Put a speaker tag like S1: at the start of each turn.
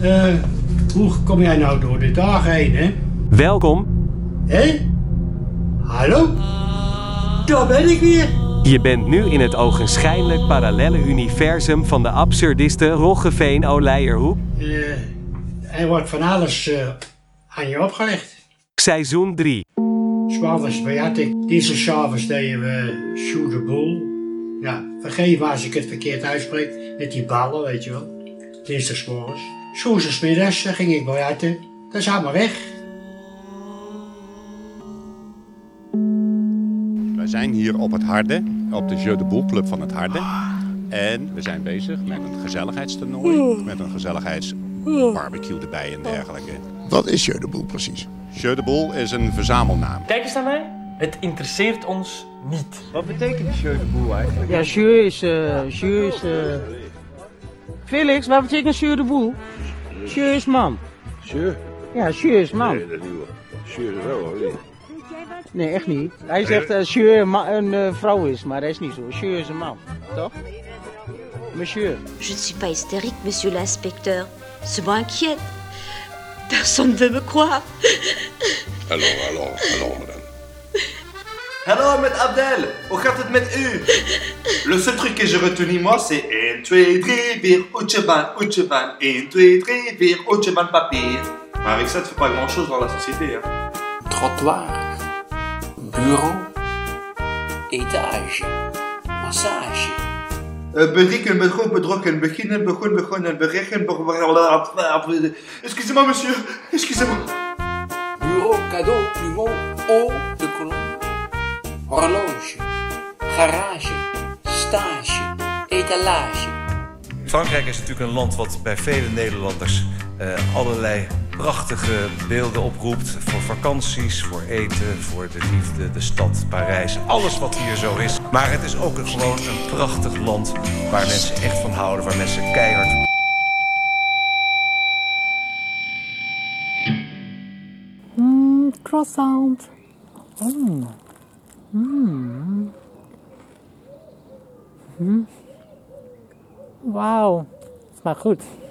S1: Eh, hoe kom jij nou door de dag heen, hè?
S2: Welkom,
S1: Hé? Hallo? Daar ben ik weer.
S2: je bent nu in het ogenschijnlijk parallelle universum van de absurdiste Roggeveen Oleierhoek.
S1: Eh, er wordt van alles eh, aan je opgelegd.
S2: Seizoen 3.
S1: S'avonds bejat ik. Deze s'avonds deden we shoot the bull. Ja, vergeef me als ik het verkeerd uitspreek. Met die ballen, weet je wel. Dinsdagsmorgens. Soezesmiddags eh, ging ik bejatten. Dat is allemaal weg.
S3: Wij zijn hier op het Harde, op de Jeu de Boel Club van het Harde. En we zijn bezig met een gezelligheidstoernooi, met een gezelligheidsbarbecue erbij en dergelijke.
S4: Wat is Jeu de Boel precies?
S3: Jeu de Boel is een verzamelnaam.
S5: Kijk eens naar mij. Het interesseert ons niet.
S6: Ja, jeu is... eh, jeu is eh. Felix, wat betekent jeu de boel? Jeu is man. Jeu? Ja, jeu is man. Nee, dat is wel hoor. Nee, echt niet. Hij zegt dat jeu een, ma- een eh, vrouw is, maar dat is niet zo. Jeu is een man, toch? Monsieur.
S7: Je ne suis pas hystérique, monsieur l'inspecteur. Ce mot inquiète. Personne ne veut me croire.
S8: Alors, alors, alors, madame.
S9: Hallo met Abdel, hoe gaat het met u? Le seul truc que j'ai retenu moi c'est 1, 2, 3, 4, Oetjeban, Oetjeban, 1, 2, 3, 4, Oetjeban papier. Maar avec ça, tu fais pas grand chose dans la société. Hein.
S10: Trottoir. Bureau. Etage. Massage.
S9: Eh, Berikken, bedroog, bedrokken, beginnen, begon, begonnen, bereken, be- be- be- be- Excusez-moi, monsieur, excusez-moi.
S10: Bureau, cadeau, plumeau, eau de kolom. Horloge. Garage. Stage. Etalage.
S11: Frankrijk is natuurlijk een land wat bij vele Nederlanders eh, allerlei prachtige beelden oproept. Voor vakanties, voor eten, voor de liefde, de stad, Parijs. Alles wat hier zo is. Maar het is ook een- gewoon een prachtig land waar mensen echt van houden. Waar mensen keihard...
S6: Croissant. Mm. Mm. Wauw. Smaakt goed.